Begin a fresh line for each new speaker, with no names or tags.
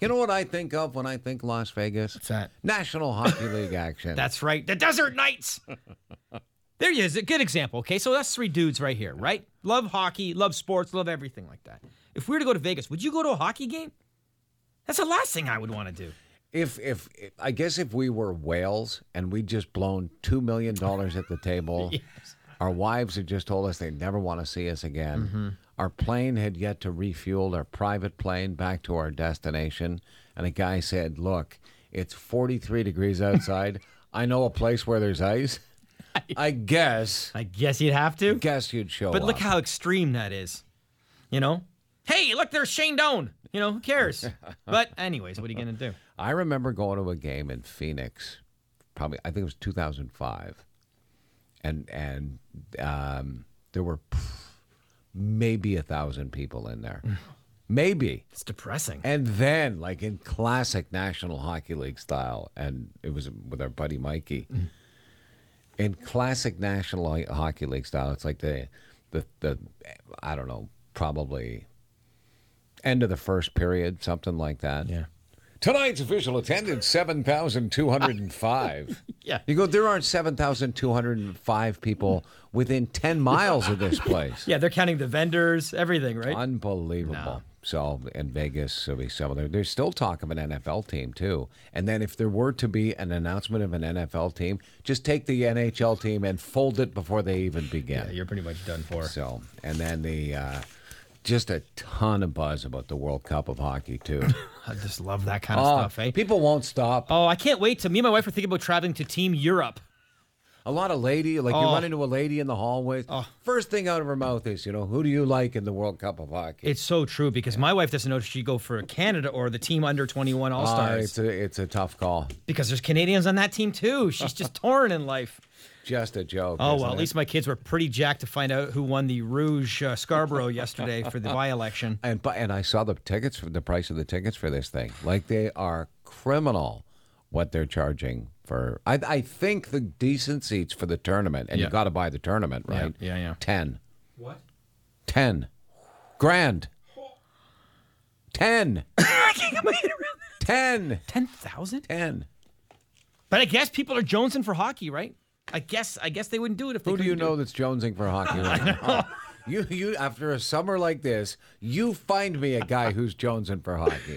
You know what I think of when I think Las Vegas?
What's that?
National Hockey League action.
That's right. The Desert Knights. there he is. A good example. Okay, so that's three dudes right here, right? Love hockey, love sports, love everything like that. If we were to go to Vegas, would you go to a hockey game? That's the last thing I would want to do.
if, if if- I guess if we were whales and we just blown two million dollars at the table, our wives had just told us they never want to see us again.
Mm-hmm.
Our plane had yet to refuel our private plane back to our destination, and a guy said, "Look, it's forty-three degrees outside. I know a place where there's ice. I guess."
I guess you'd have to.
Guess you'd show
But
up.
look how extreme that is. You know? Hey, look, there's Shane Doan. You know, who cares? but, anyways, what are you going to do?
I remember going to a game in Phoenix, probably I think it was 2005, and and um, there were pff, maybe a thousand people in there, maybe.
It's depressing.
And then, like in classic National Hockey League style, and it was with our buddy Mikey.
Mm.
In classic National Ho- Hockey League style, it's like the, the, the, I don't know, probably end of the first period, something like that.
Yeah.
Tonight's official attendance seven thousand two hundred and five.
Yeah.
You go. There aren't seven thousand two hundred and five people within ten miles of this place.
Yeah, they're counting the vendors, everything, right?
Unbelievable. So in Vegas, there'll be some of them. There's still talk of an NFL team too. And then if there were to be an announcement of an NFL team, just take the NHL team and fold it before they even begin.
Yeah, you're pretty much done for.
So, and then the uh, just a ton of buzz about the World Cup of hockey too.
I just love that kind of
Oh,
stuff, eh?
People won't stop.
Oh, I can't wait to. Me and my wife are thinking about traveling to Team Europe.
A lot of lady, like you
Oh.
run into a lady in the hallways. First thing out of her mouth is, you know, who do you like in the World Cup of hockey?
It's so true because my wife doesn't know if she go for Canada or the team under 21 All
Ah,
Stars
it's a it's a tough call.
because there's Canadians on that team too. She's just torn in life.
Just a joke.
Oh well,
isn't
at
it?
least my kids were pretty jacked to find out who won the Rouge uh, Scarborough yesterday for the by-election.
And but and I saw the tickets for the price of the tickets for this thing. Like they are criminal what they're charging for. I I think the decent seats for the tournament, and you
Yeah.
got to buy the tournament,
Yeah,
right?
yeah, yeah.
Ten. What? Ten. Grand. Ten. Ten.
Ten thousand?
Ten.
But I guess people are jonesing for hockey, right? I guess I guess they wouldn't do it if they
Who do
couldn't
you know that's jonesing for hockey right now? You you after a summer like this, you find me a guy who's jonesing for hockey.